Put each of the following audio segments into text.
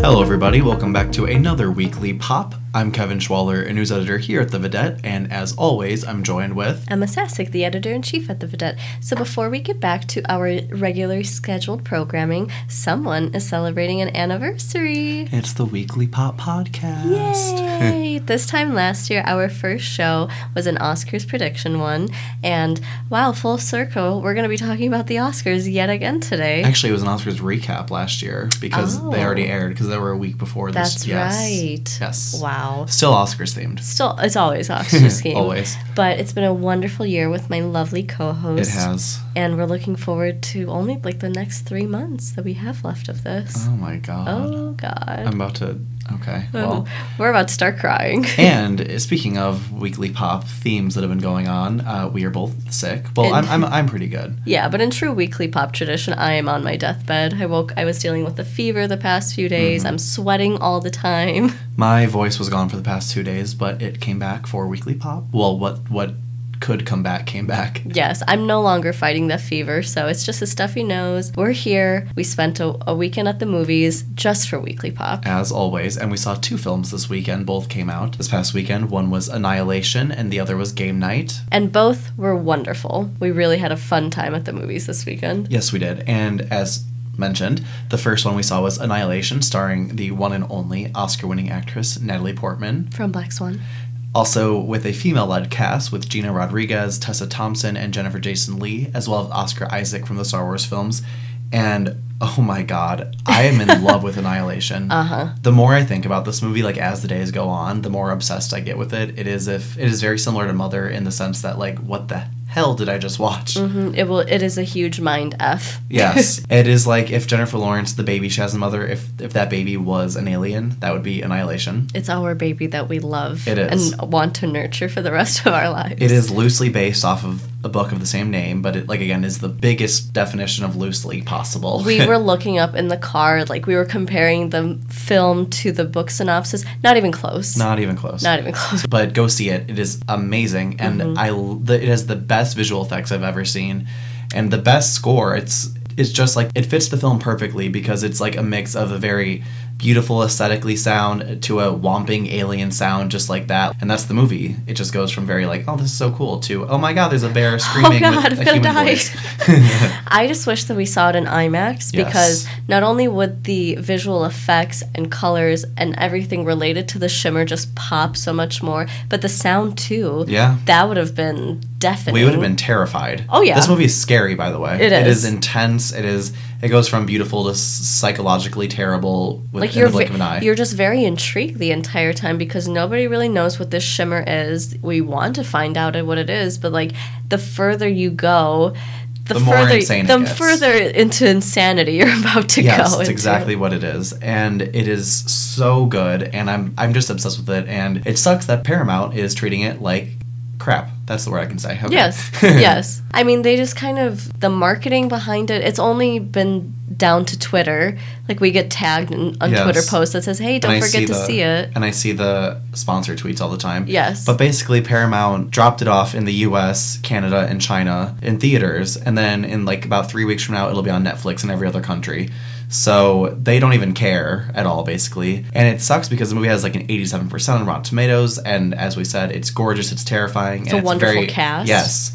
Hello, everybody. Welcome back to another weekly pop. I'm Kevin Schwaller, a news editor here at The Vedette, and as always, I'm joined with. Emma Sasek, the editor in chief at The Vedette. So before we get back to our regularly scheduled programming, someone is celebrating an anniversary. It's the Weekly Pop Podcast. Yay! this time last year, our first show was an Oscars prediction one. And wow, full circle, we're going to be talking about the Oscars yet again today. Actually, it was an Oscars recap last year because they Oh. already aired because they were a week before this. That's yes. right. Yes. Wow. Still Oscars themed. Still, it's always Oscars scheme. Always. But it's been a wonderful year with my lovely co It host. has. And we're looking forward to only like the next three months that we have left of this. Oh my god. Oh God. I'm about to. Okay. Well. We're about to start crying. and uh, speaking of weekly pop themes that have been going on, uh, we are both sick. Well, I'm, I'm, I'm pretty good. yeah, but in true weekly pop tradition, I am on my deathbed. I woke I was dealing with a fever the past few days. I'm sweating all the time. My voice was gone for the past two days, but it came back for weekly pop. Well, what what could come back came back. Yes, I'm no longer fighting that fever, so it's just a stuffy nose. We're here. We spent a, a weekend at the movies just for weekly pop. As always, and we saw two films this weekend, both came out. This past weekend, one was Annihilation and the other was Game Night. And both were wonderful. We really had a fun time at the movies this weekend. Yes, we did. And as mentioned, the first one we saw was Annihilation, starring the one and only Oscar winning actress Natalie Portman. From Black Swan. Also, with a female led cast with Gina Rodriguez, Tessa Thompson, and Jennifer Jason Lee, as well as Oscar Isaac from the Star Wars films. And oh my god, I am in love with Annihilation. Uh Uh-huh. huh. The more I think about this movie, like as the days go on, the more obsessed I get with it. It is if it is very similar to Mother in the sense that like, what the hell did I just watch? Mm, It will. It is a huge mind f. Yes, it is like if Jennifer Lawrence, the baby she has a mother, if if that baby was an alien, that would be Annihilation. It's our baby that we love It is. and want to nurture for the rest of our lives. It is loosely based off of a book of the same name, but it, like again, is the biggest definition of loosely possible. We were looking up in the car, like we were comparing the film to the book synopsis. Not even close. not even close. Not even Mm-hmm. close. but go see it. It is amazing, and I l- the, it has the best visual effects I've ever seen, and the best score. It's it's just like it fits the film perfectly because it's like a mix of a very beautiful aesthetically sound to a whomping alien sound just like that and that's the movie it just goes from very like oh this is so cool to oh my god there's a bear screaming God, I'm with a gonna human die. voice I just wish that we saw it in IMAX Yes. because not only would the visual effects and colors and everything related to the shimmer just pop so much more, but the sound too. Yeah. That would have been deafening. We would have been terrified. Oh, yeah. This movie is scary, by the way. It It is. is intense. It is. It goes from beautiful to s- psychologically terrible with like in you're the blink ve- of an eye. you're just very intrigued the entire time because nobody really knows what this shimmer is. We want to find out what it is, but like the further you go, the, The more further insane it the gets. further into insanity you're about to go. yes, it's into. exactly what it is, and it is so good. And I'm I'm just obsessed with it. And it sucks that Paramount is treating it like crap. That's the word I can say. Okay. Yes, yes. I mean, they just kind of the marketing behind it. It's only been down to Twitter. Like we get tagged in, on Yes. Twitter posts that says, "Hey, don't And I forget to the- see it." And I see the sponsor tweets all the time. Yes. But basically, Paramount dropped it off in the U.S., Canada, and China in theaters, and then in like about three weeks from now, it'll be on Netflix in every other country. So they don't even care at all, basically. And it sucks because the movie has like an 87% on Rotten Tomatoes, and as we said, it's gorgeous, it's terrifying, it's a and wonderful it's very, cast. Yes.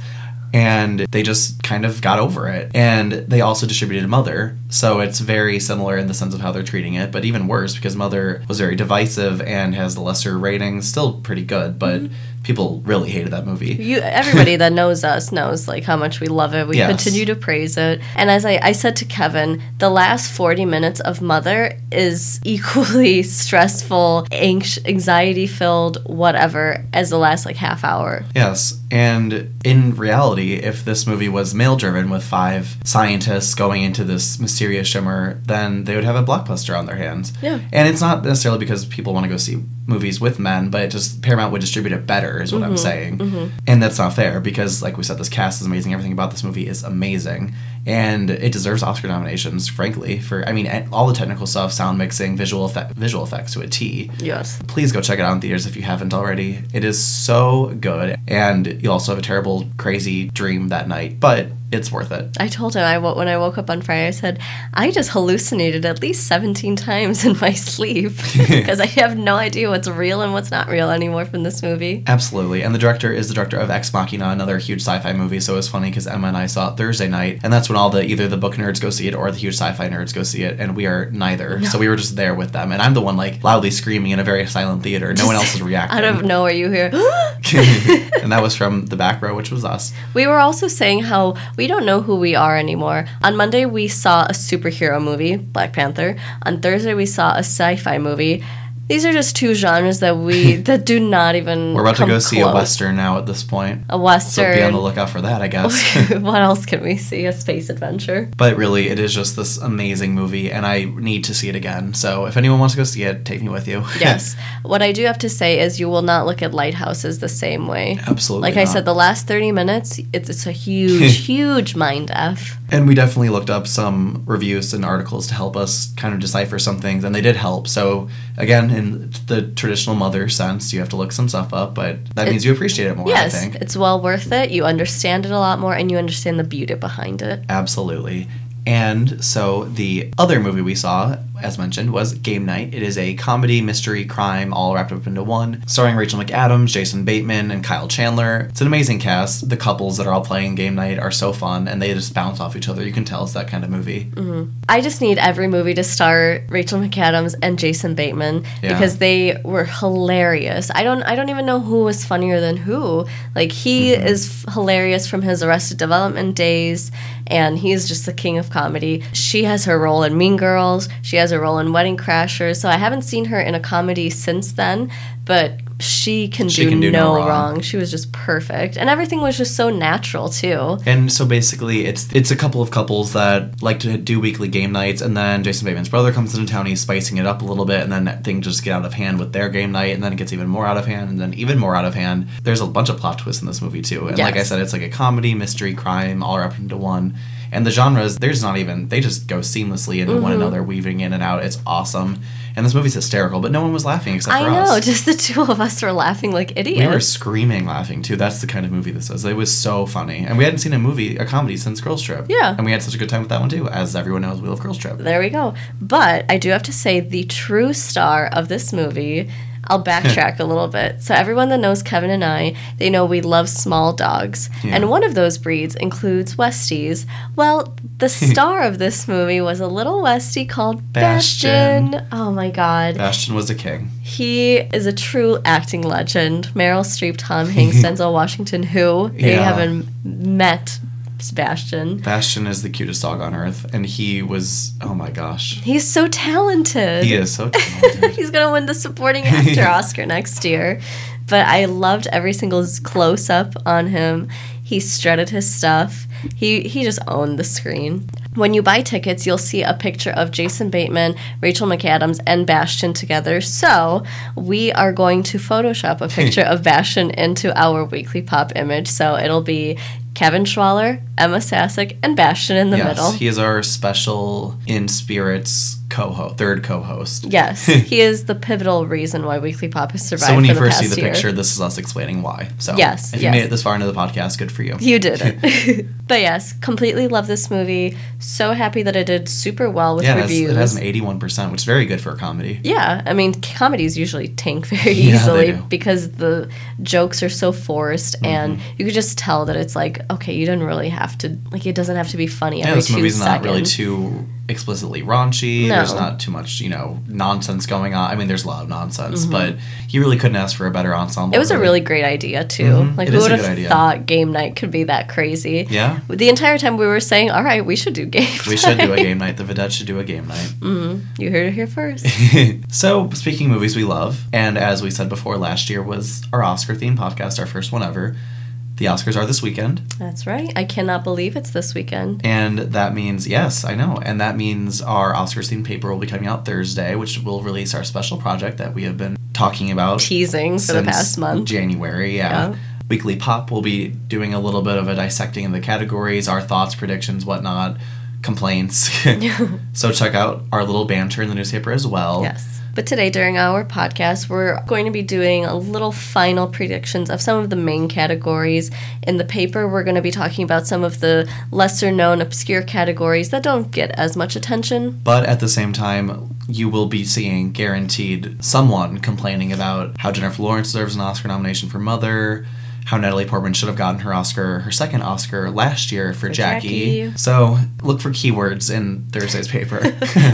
And they just kind of got over it. And they also distributed Mother. So it's very similar in the sense of how they're treating it, but even worse because Mother was very divisive and has the lesser ratings. Still pretty good, but people really hated that movie. You, everybody that knows us knows like how much we love it. We Yes. continue to praise it. And as I, I said to Kevin, the last forty minutes of Mother is equally stressful, anx- anxiety filled, whatever, as the last like half hour. Yes. And in reality, if this movie was male driven with five scientists going into this mysterious shimmer, then they would have a blockbuster on their hands. Yeah. And it's not necessarily because people want to go see movies with men, but it just Paramount would distribute it better, is what I'm saying. And that's not fair because, like we said, this cast is amazing. Everything about this movie is amazing. and it deserves Oscar nominations. Frankly, for I mean, a- all the technical stuff, sound mixing, visual effect, visual effects to a T. Yes. Please go check it out in theaters if you haven't already. It is so good, and you'll also have a terrible, crazy dream that night, but it's worth it. I told him I wo- when I woke up on Friday, I said I just hallucinated at least 17 times in my sleep because I have no idea what's real and what's not real anymore from this movie. Absolutely. And the director is the director of Ex Machina, another huge sci-fi movie. So it was funny because Emma and I saw it Thursday night, and that's when all the either the book nerds go see it or the huge sci-fi nerds go see it, and we are neither. So we were just there with them, and I'm the one like loudly screaming in a very silent theater. No one else is reacting. Out of nowhere, you hear. and that was from the back row, which was us. we were also saying how we don't know who we are anymore. On Monday, we saw a superhero movie, Black Panther. On Thursday, we saw a sci-fi movie. These are just two genres that we that do not even. We're about to come go see a close. western now at this point. A So be on western. the lookout for that, I guess. what else can we see? A space adventure. But really, it is just this amazing movie, and I need to see it again. So if anyone wants to go see it, take me with you. Yes. what I do have to say is you will not look at lighthouses the same way. Absolutely. Like I not. said, the last 30 minutes, it's, it's a huge, huge mind F. And we definitely looked up some reviews and articles to help us kind of decipher some things, and they did help. So, again, in the traditional mother sense, you have to look some stuff up, but that means you appreciate it more, I Yes, think. it's well worth it. You understand it a lot more and you understand the beauty behind it. Absolutely. And so the other movie we saw, as mentioned, was Game Night. It is a comedy, mystery, crime, all wrapped up into one, starring Rachel McAdams, Jason Bateman, and Kyle Chandler. It's an amazing cast. The couples that are all playing Game Night are so fun, and they just bounce off each other. You can tell it's that kind of movie. I just need every movie to star Rachel McAdams and Jason Bateman Yeah. because they were hilarious. I don't I don't even know who was funnier than who. Like he Mm-hmm. is f- hilarious from his Arrested Development days and he's just the king of comedy. She has her role in Mean Girls, she has a role in Wedding Crashers. So I haven't seen her in a comedy since then, but she can She do, can do no no wrong. wrong. She was just perfect. And everything was just so natural too. And so basically, it's it's a couple of couples that like to do weekly game nights, and then Jason Bateman's brother comes into town. He's spicing it up a little bit, and then that thing just get out of hand with their game night, and then it gets even more out of hand, and then even more out of hand. There's a bunch of plot twists in this movie too, and like I Yes. said, it's like a comedy, mystery, crime, all wrapped into one. And the genres, there's not even they just go seamlessly into Mm-hmm. one another, weaving in and out. It's awesome, and this movie's hysterical, but no one was laughing except I for know, us. just the two of us were laughing like idiots. We were screaming laughing too. That's the kind of movie this was. It was so funny. And we hadn't seen a movie, a comedy, since Girls Trip. Yeah. And we had such a good time with that one too. As everyone knows, we love Girls Trip. There we go. But I do have to say, the true star of this movie, I'll backtrack a little bit. So, everyone that knows Kevin and I, they know we love small dogs. Yeah. And one of those breeds includes Westies. Well, the star of this movie was a little Westie called Bastion. Bastion. Oh my God. Ashton was the king. He is a true acting legend. Meryl Streep, Tom Hanks, Denzel Washington, who they Yeah. haven't met Bastion. Bastion is the cutest dog on earth. And he was, oh my gosh. He's so talented. He is so talented. He's gonna win the supporting actor Oscar next year. But I loved every single close up on him. He strutted his stuff. He he just owned the screen. When you buy tickets, you'll see a picture of Jason Bateman, Rachel McAdams, and Bastion together. So we are going to Photoshop a picture of Bastion into our weekly pop image. So it'll be Kevin Schwaller, Emma Sasek, and Bastion in the yes, middle. he is our special in spirits co-host, third co-host. Yes, he is the pivotal reason why Weekly Pop has survived. So when for you the first see past the year. picture, this is us explaining why. So Yes, if you yes. made it this far into the podcast, good for you. you did it. but yes, completely love this movie. So happy that it did super well with Yeah, it has, reviews. it has an 81%, which is very good for a comedy. yeah, I mean, comedies usually tank very Yeah, they easily do. Mm-hmm. because the jokes are so forced, and you could just tell that it's like, okay, you didn't really have to, like, it doesn't have to be funny Yeah, every this two movie's not really seconds. too explicitly raunchy. No. There's not too much, you know, nonsense going on. I mean, there's a lot of nonsense, but you really couldn't ask for a better ensemble. Mm-hmm. It was a really great idea too. Mm-hmm. Like It who is a would good idea. have thought game night could be that crazy? Yeah. The entire time we were saying, "All right, we should do game." Mm-hmm. We should do a game night. The vedettes should do a game night. You heard it here first. so, speaking movies we love, and as we said before, last year was our Oscar themed podcast, our first one ever. The Oscars are this weekend. That's right. I cannot believe it's this weekend. And that means, yes, I know. And that means our Oscars themed paper will be coming out Thursday, which will release our special project that we have been talking about Teasing for the since past month. January, yeah. Yeah. Weekly Pop will be doing a little bit of a dissecting of the categories, our thoughts, predictions, whatnot, complaints. so check out our little banter in the newspaper as well. Yes. But today, during our podcast, we're going to be doing a little final predictions of some of the main categories. In the paper, we're going to be talking about some of the lesser known, obscure categories that don't get as much attention. But at the same time, you will be seeing guaranteed someone complaining about how Jennifer Lawrence deserves an Oscar nomination for Mother, how Natalie Portman should have gotten her Oscar, her second Oscar last year for, Jackie. Jackie. So look for keywords in Thursday's paper.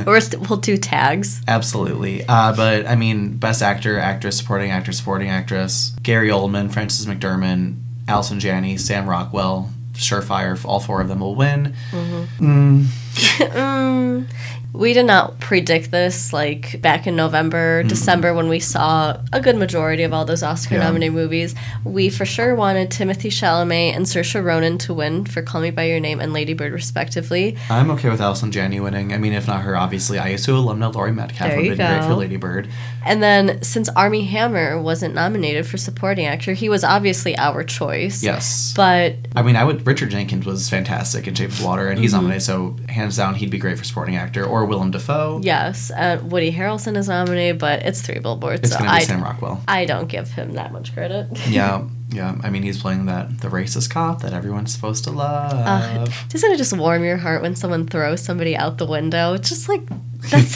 Or st- we'll do tags. Absolutely. Uh, but I mean, best actor, actress, supporting actor, supporting actress, Gary Oldman, Frances McDermott, Allison Janney, Sam Rockwell, surefire, all four of them will win. Mm-hmm. Mm, we did not predict this like back in November, December when we saw a good majority of all those Oscar Mm-hmm. Yeah. nominated movies. We for sure wanted Timothy Chalamet and Saoirse Ronan to win for Call Me by Your Name and Lady Bird respectively. I'm okay with Allison Janney winning. I mean, if not her, obviously, ISU alumna Laurie Metcalf There would you have been great go. for Lady Bird. And then since Army Hammer wasn't nominated for supporting actor, he was obviously our choice. Yes. But I mean, I would. Richard Jenkins was fantastic in Shape of Water, and he's Mm-hmm. nominated, so hands down, he'd be great for supporting actor. Or Willem Dafoe. yes, uh, Woody Harrelson is nominated, but it's three billboards. It's so going to be I, Sam Rockwell. I don't give him that much credit. Yeah, yeah. I mean, he's playing that the racist cop that everyone's supposed to love. Uh, doesn't it just warm your heart when someone throws somebody out the window? It's just like that's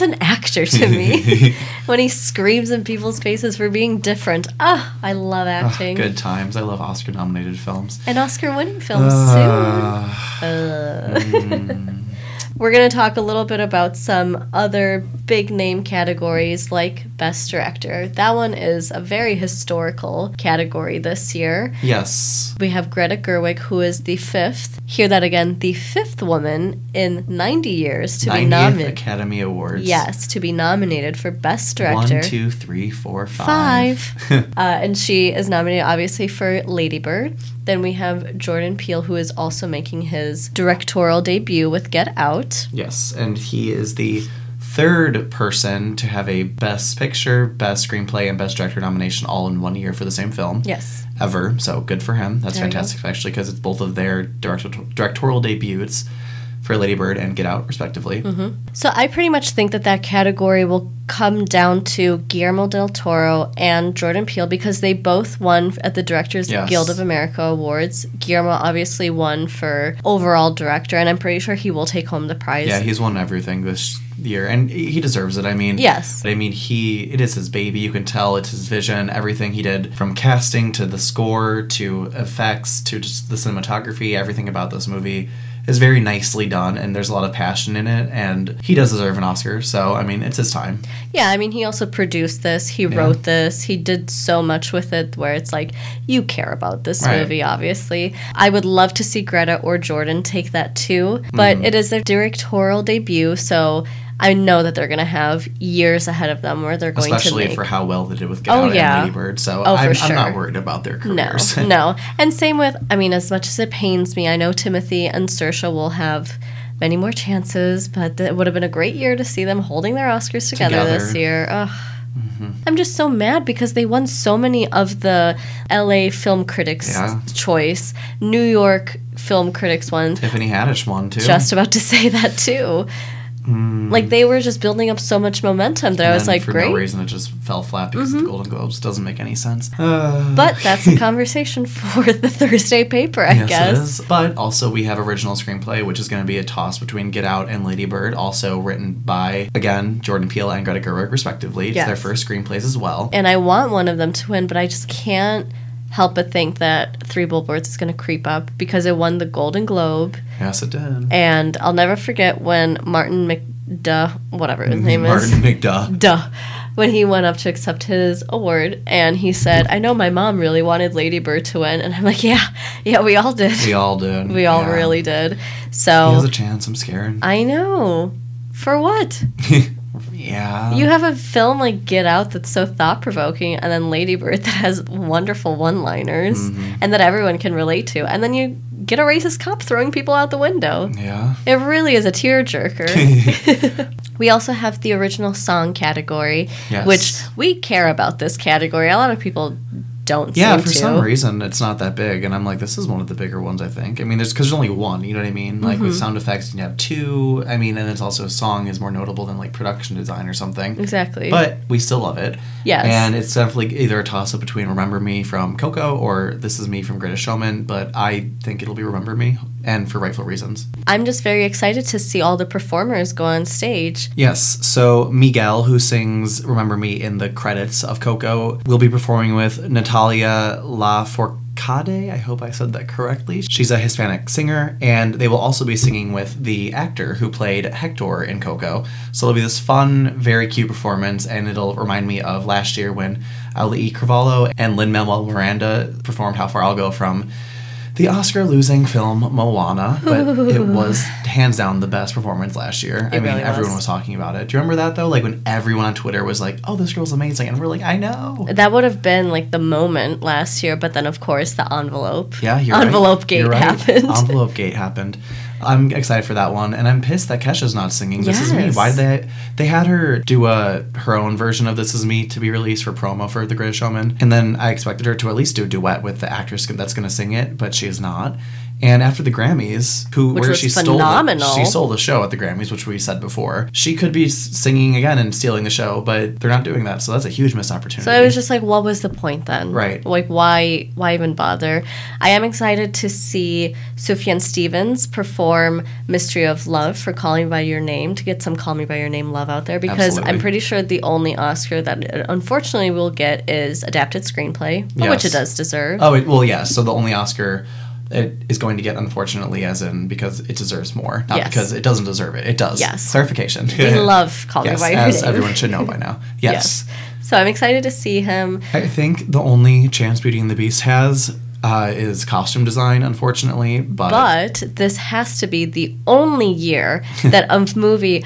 an actor to me. when he screams in people's faces for being different. Ah, I love Ugh, acting. good times. I love Oscar nominated films. An Oscar winning film Ah, soon. Uh. mm, We're going to talk a little bit about some other big name categories like Best Director. That one is a very historical category this year. yes. We have Greta Gerwig, who is the fifth, hear that again, the fifth woman in 90 years to be 90th nominated. Academy Awards. Yes, to be nominated for Best Director. One, two, three, four, five. Uh, and she is nominated, obviously, for Lady Bird. Then we have Jordan Peele, who is also making his directorial debut with Get Out. yes, and he is the third person to have a Best Picture, Best Screenplay, and Best Director nomination all in one year for the same film Yes. ever. So good for him. That's There you go. fantastic, actually, because it's both of their director- directorial debuts for Lady Bird and Get Out, respectively. Mm-hmm. So I pretty much think that that category will come down to Guillermo del Toro and Jordan Peele because they both won at the Directors Yes. Guild of America Awards. Guillermo obviously won for overall director, and I'm pretty sure he will take home the prize. Yeah, he's won everything this year, and he deserves it. I mean, Yes. But I mean, he it is his baby. You can tell it's his vision. Everything he did, from casting to the score to effects to just the cinematography, everything about this movie is very nicely done, and there's a lot of passion in it. And he does deserve an Oscar. So I mean, it's his time. Yeah, I mean, he also produced this, he wrote this, he did so much with it where it's like, you care about this Right. movie, obviously. I would love to see Greta or Jordan take that too, but Mm-hmm. it is their directorial debut, so I know that they're going to have years ahead of them where they're going to Especially make. for how well they did with Get Oh, Out yeah. and Lady Bird, so Oh, for I'm, I'm sure. not worried about their no, careers. no. And same with, I mean, as much as it pains me, I know Timothy and Saoirse will have many more chances, but it would have been a great year to see them holding their Oscars together, Together. Mm-hmm. this year. Ugh. I'm just so mad because they won so many of the LA film critics' Yeah. choice, New York film critics' ones. Tiffany Haddish won too. Hmm. Just about to say that too. Like they were just building up so much momentum that I And was then like, for great. Mm-hmm. no reason, it just fell flat because of the Golden Globes doesn't make any sense. Uh, But that's a conversation for the Thursday paper, I Yes, guess. it is. But also, we have original screenplay, which is going to be a toss between Get Out and Lady Bird, also written by, again, Jordan Peele and Greta Gerwig, respectively. It's their Yes. first screenplays as well. and I want one of them to win, but I just can't help but think that Three Billboards is going to creep up because it won the Golden Globe, yes, it did. and I'll never forget when Martin McDuh, whatever his name Mm-hmm. Martin is, McDuff. Duh, when he went up to accept his award, and he said, "I know my mom really wanted Lady Bird to win," and I'm like, "Yeah, yeah, we all did, We all did. we all Yeah. really did." He has So a chance. I'm scared. I know. For what? yeah. You have a film like Get Out that's so thought provoking, and then Lady Bird that has wonderful one liners Mm. Mm-hmm. and that everyone can relate to, and then you get a racist cop throwing people out the window. yeah. It really is a tearjerker. we also have the original song category, Yes. which we care about this category. A lot of people don't Yeah, seem for to. some reason it's not that big, and I'm like, this is one of the bigger ones. I think. I mean, there's because there's only one. You know what I mean? Like with sound effects, you have two. I mean, and it's also song is more notable than like production design or something. Exactly. But we still love it. Yes. And it's definitely either a toss up between Remember Me from Coco or This Is Me from Greatest Showman, but I think it'll be Remember Me, and for rightful reasons. I'm just very excited to see all the performers go on stage. Yes, so Miguel, who sings Remember Me in the credits of Coco, will be performing with Natalia Lafourcade. I hope I said that correctly. She's a Hispanic singer, and they will also be singing with the actor who played Hector in Coco. So it'll be this fun, very cute performance, and it'll remind me of last year when Ali Carvalho and Lin Manuel Miranda performed How Far I'll Go from the Oscar losing film Moana, but it was hands down the best performance last year. I mean, really was. everyone was talking about it. Do you remember that though? Like when everyone on Twitter was like, "Oh, this girl's amazing," and we're like, "I know." That would have been like the moment last year, but then of course the envelope. Yeah, you're right. envelope gate You're right. happened. Envelope gate happened. I'm excited for that one, and I'm pissed that Kesha's not singing. This is me. Yes. Why did they? They had her do a her own version of This Is Me to be released for promo for The Greatest Showman, and then I expected her to at least do a duet with the actress that's going to sing it, but she is not. And after the Grammys, who Which where was she phenomenal. stole the, she stole the show at the Grammys, which we said before. She could be s- singing again and stealing the show, but they're not doing that, so that's a huge missed opportunity. So I was just like, what was the point then? Right. Like, why, why even bother? I am excited to see Sufjan Stevens perform "Mystery of Love" for "Call Me by Your Name" to get some "Call Me by Your Name" love out there because Absolutely. I'm pretty sure the only Oscar that it unfortunately we'll get is adapted screenplay, Yes. which it does deserve. Oh, it, well, yeah. So the only Oscar it is going to get, unfortunately, as in because it deserves more, not Yes. because it doesn't deserve it. It does. Yes. Clarification. We love "Call Me yes, by Your as Name." everyone should know by now. Yes. So I'm excited to see him. I think the only chance Beauty and the Beast has uh, is costume design, unfortunately, but, But this has to be the only year that a movie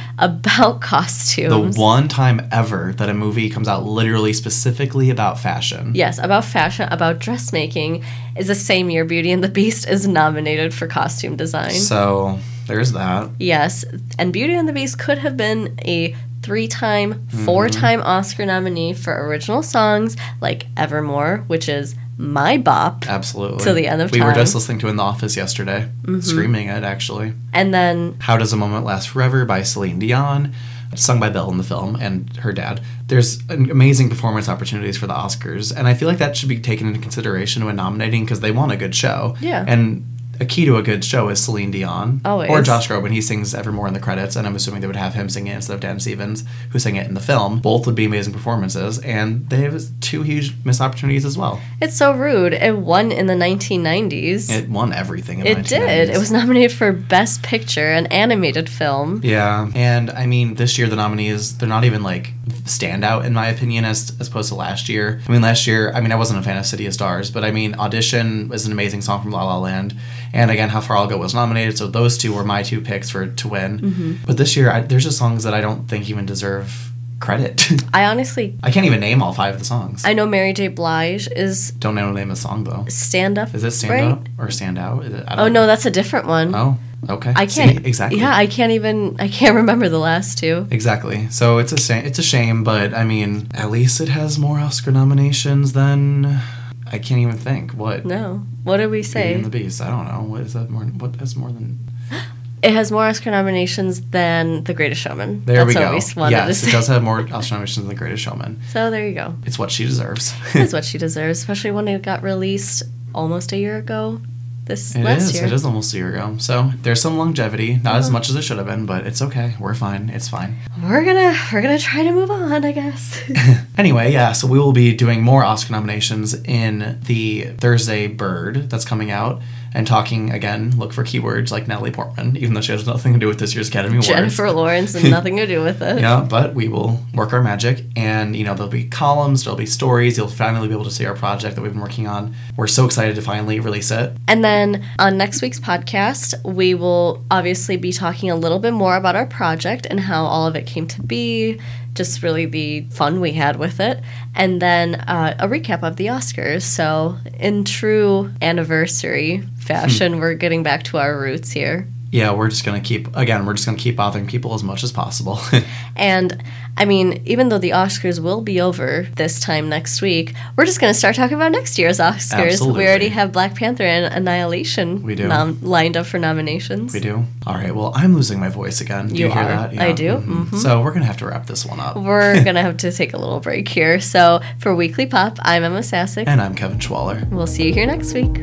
the about costumes. one time ever that a movie comes out literally specifically about fashion. Yes, about fashion, about dressmaking is the same year Beauty and the Beast is nominated for costume design. So there's that. yes, and Beauty and the Beast could have been a three time, Mm-hmm. four time Oscar nominee for original songs like Evermore, which is my bop, Absolutely. Till the end of we were time. Mm-hmm. just listening to in the office yesterday, screaming it actually. and then How Does a Moment Last Forever by Celine Dion, sung by Belle in the film and her dad. There's an amazing performance opportunities for the Oscars, and I feel like that should be taken into consideration when nominating because they want a good show. Yeah. And a key to a good show is Celine Dion. Always. Or Josh Groban. He sings Evermore in the credits, and I'm assuming they would have him sing it instead of Dan Stevens, who sang it in the film. Both would be amazing performances, and they have two huge missed opportunities as well. it's so rude. It won in the 1990s. It won everything in It did. 1990s. It was nominated for Best Picture, an animated film. Yeah, and I mean, this year the nominees they're not even like standout in my opinion as as opposed to last year. I mean, last year I mean I wasn't a fan of City of Stars, but I mean Audition was an amazing song from La La Land, and again How Far I'll Go was nominated, so those two were my two picks for to win. Mm-hmm. But this year I, there's just songs that I don't think even deserve credit. I honestly, I can't even name all five of the songs. I I know Mary J. Blige is don't know the name of the song though. stand up. Is it Stand right? Up or Stand Out? Is it, I don't Oh no, that's a different one. Oh, okay. I See? can't exactly. Yeah, I can't even. I can't remember the last two. Exactly. So it's a shame. It's a shame, but I mean, at least it has more Oscar nominations than I can't even think. What? No. What did we Beauty say? and the Beast. I don't know. What is that more? What has more than? It has more Oscar nominations than The Greatest Showman. There That's we what go. s- wanted to Yes, say. it does have more Oscar nominations than The Greatest Showman. So there you go. It's what she deserves. That's what she deserves, especially when it got released almost a year ago. This It last is. year. Uh-huh. It is almost a year ago. So there's some longevity. Not as much as it should have been, but it's okay. We're fine. It's fine. We're gonna we're gonna try to move on, I guess. Anyway, yeah, so we will be doing more Oscar nominations in the Thursday Bird that's coming out and talking again. Look for keywords like Natalie Portman, even though she has nothing to do with this year's Academy Awards. Jennifer Lawrence and nothing to do with it. Yeah, but we will work our magic and, you know, there'll be columns, there'll be stories. You'll finally be able to see our project that we've been working on. We're so excited to finally release it. And then on next week's podcast, we will obviously be talking a little bit more about our project and how all of it came to be, just really the fun we had with it, and then uh, a recap of the Oscars. Hmm. So, in true anniversary fashion, we're getting back to our roots here. Yeah, we're just gonna keep again. We're just gonna keep bothering people as much as possible. And I mean, even though the Oscars will be over this time next week, we're just going to start talking about next year's Oscars. Absolutely. We already have Black Panther and Annihilation We do. lined up for nominations. we do. All right. Well, I'm losing my voice again. Do you, You hear are. that? Mm-hmm. I do. Mhm. So we're gonna have to wrap this one up. We're going to have to take a little break here. So for Weekly Pop, I'm Emma Sasek. And I'm Kevin Schwaller. We'll see you here next week.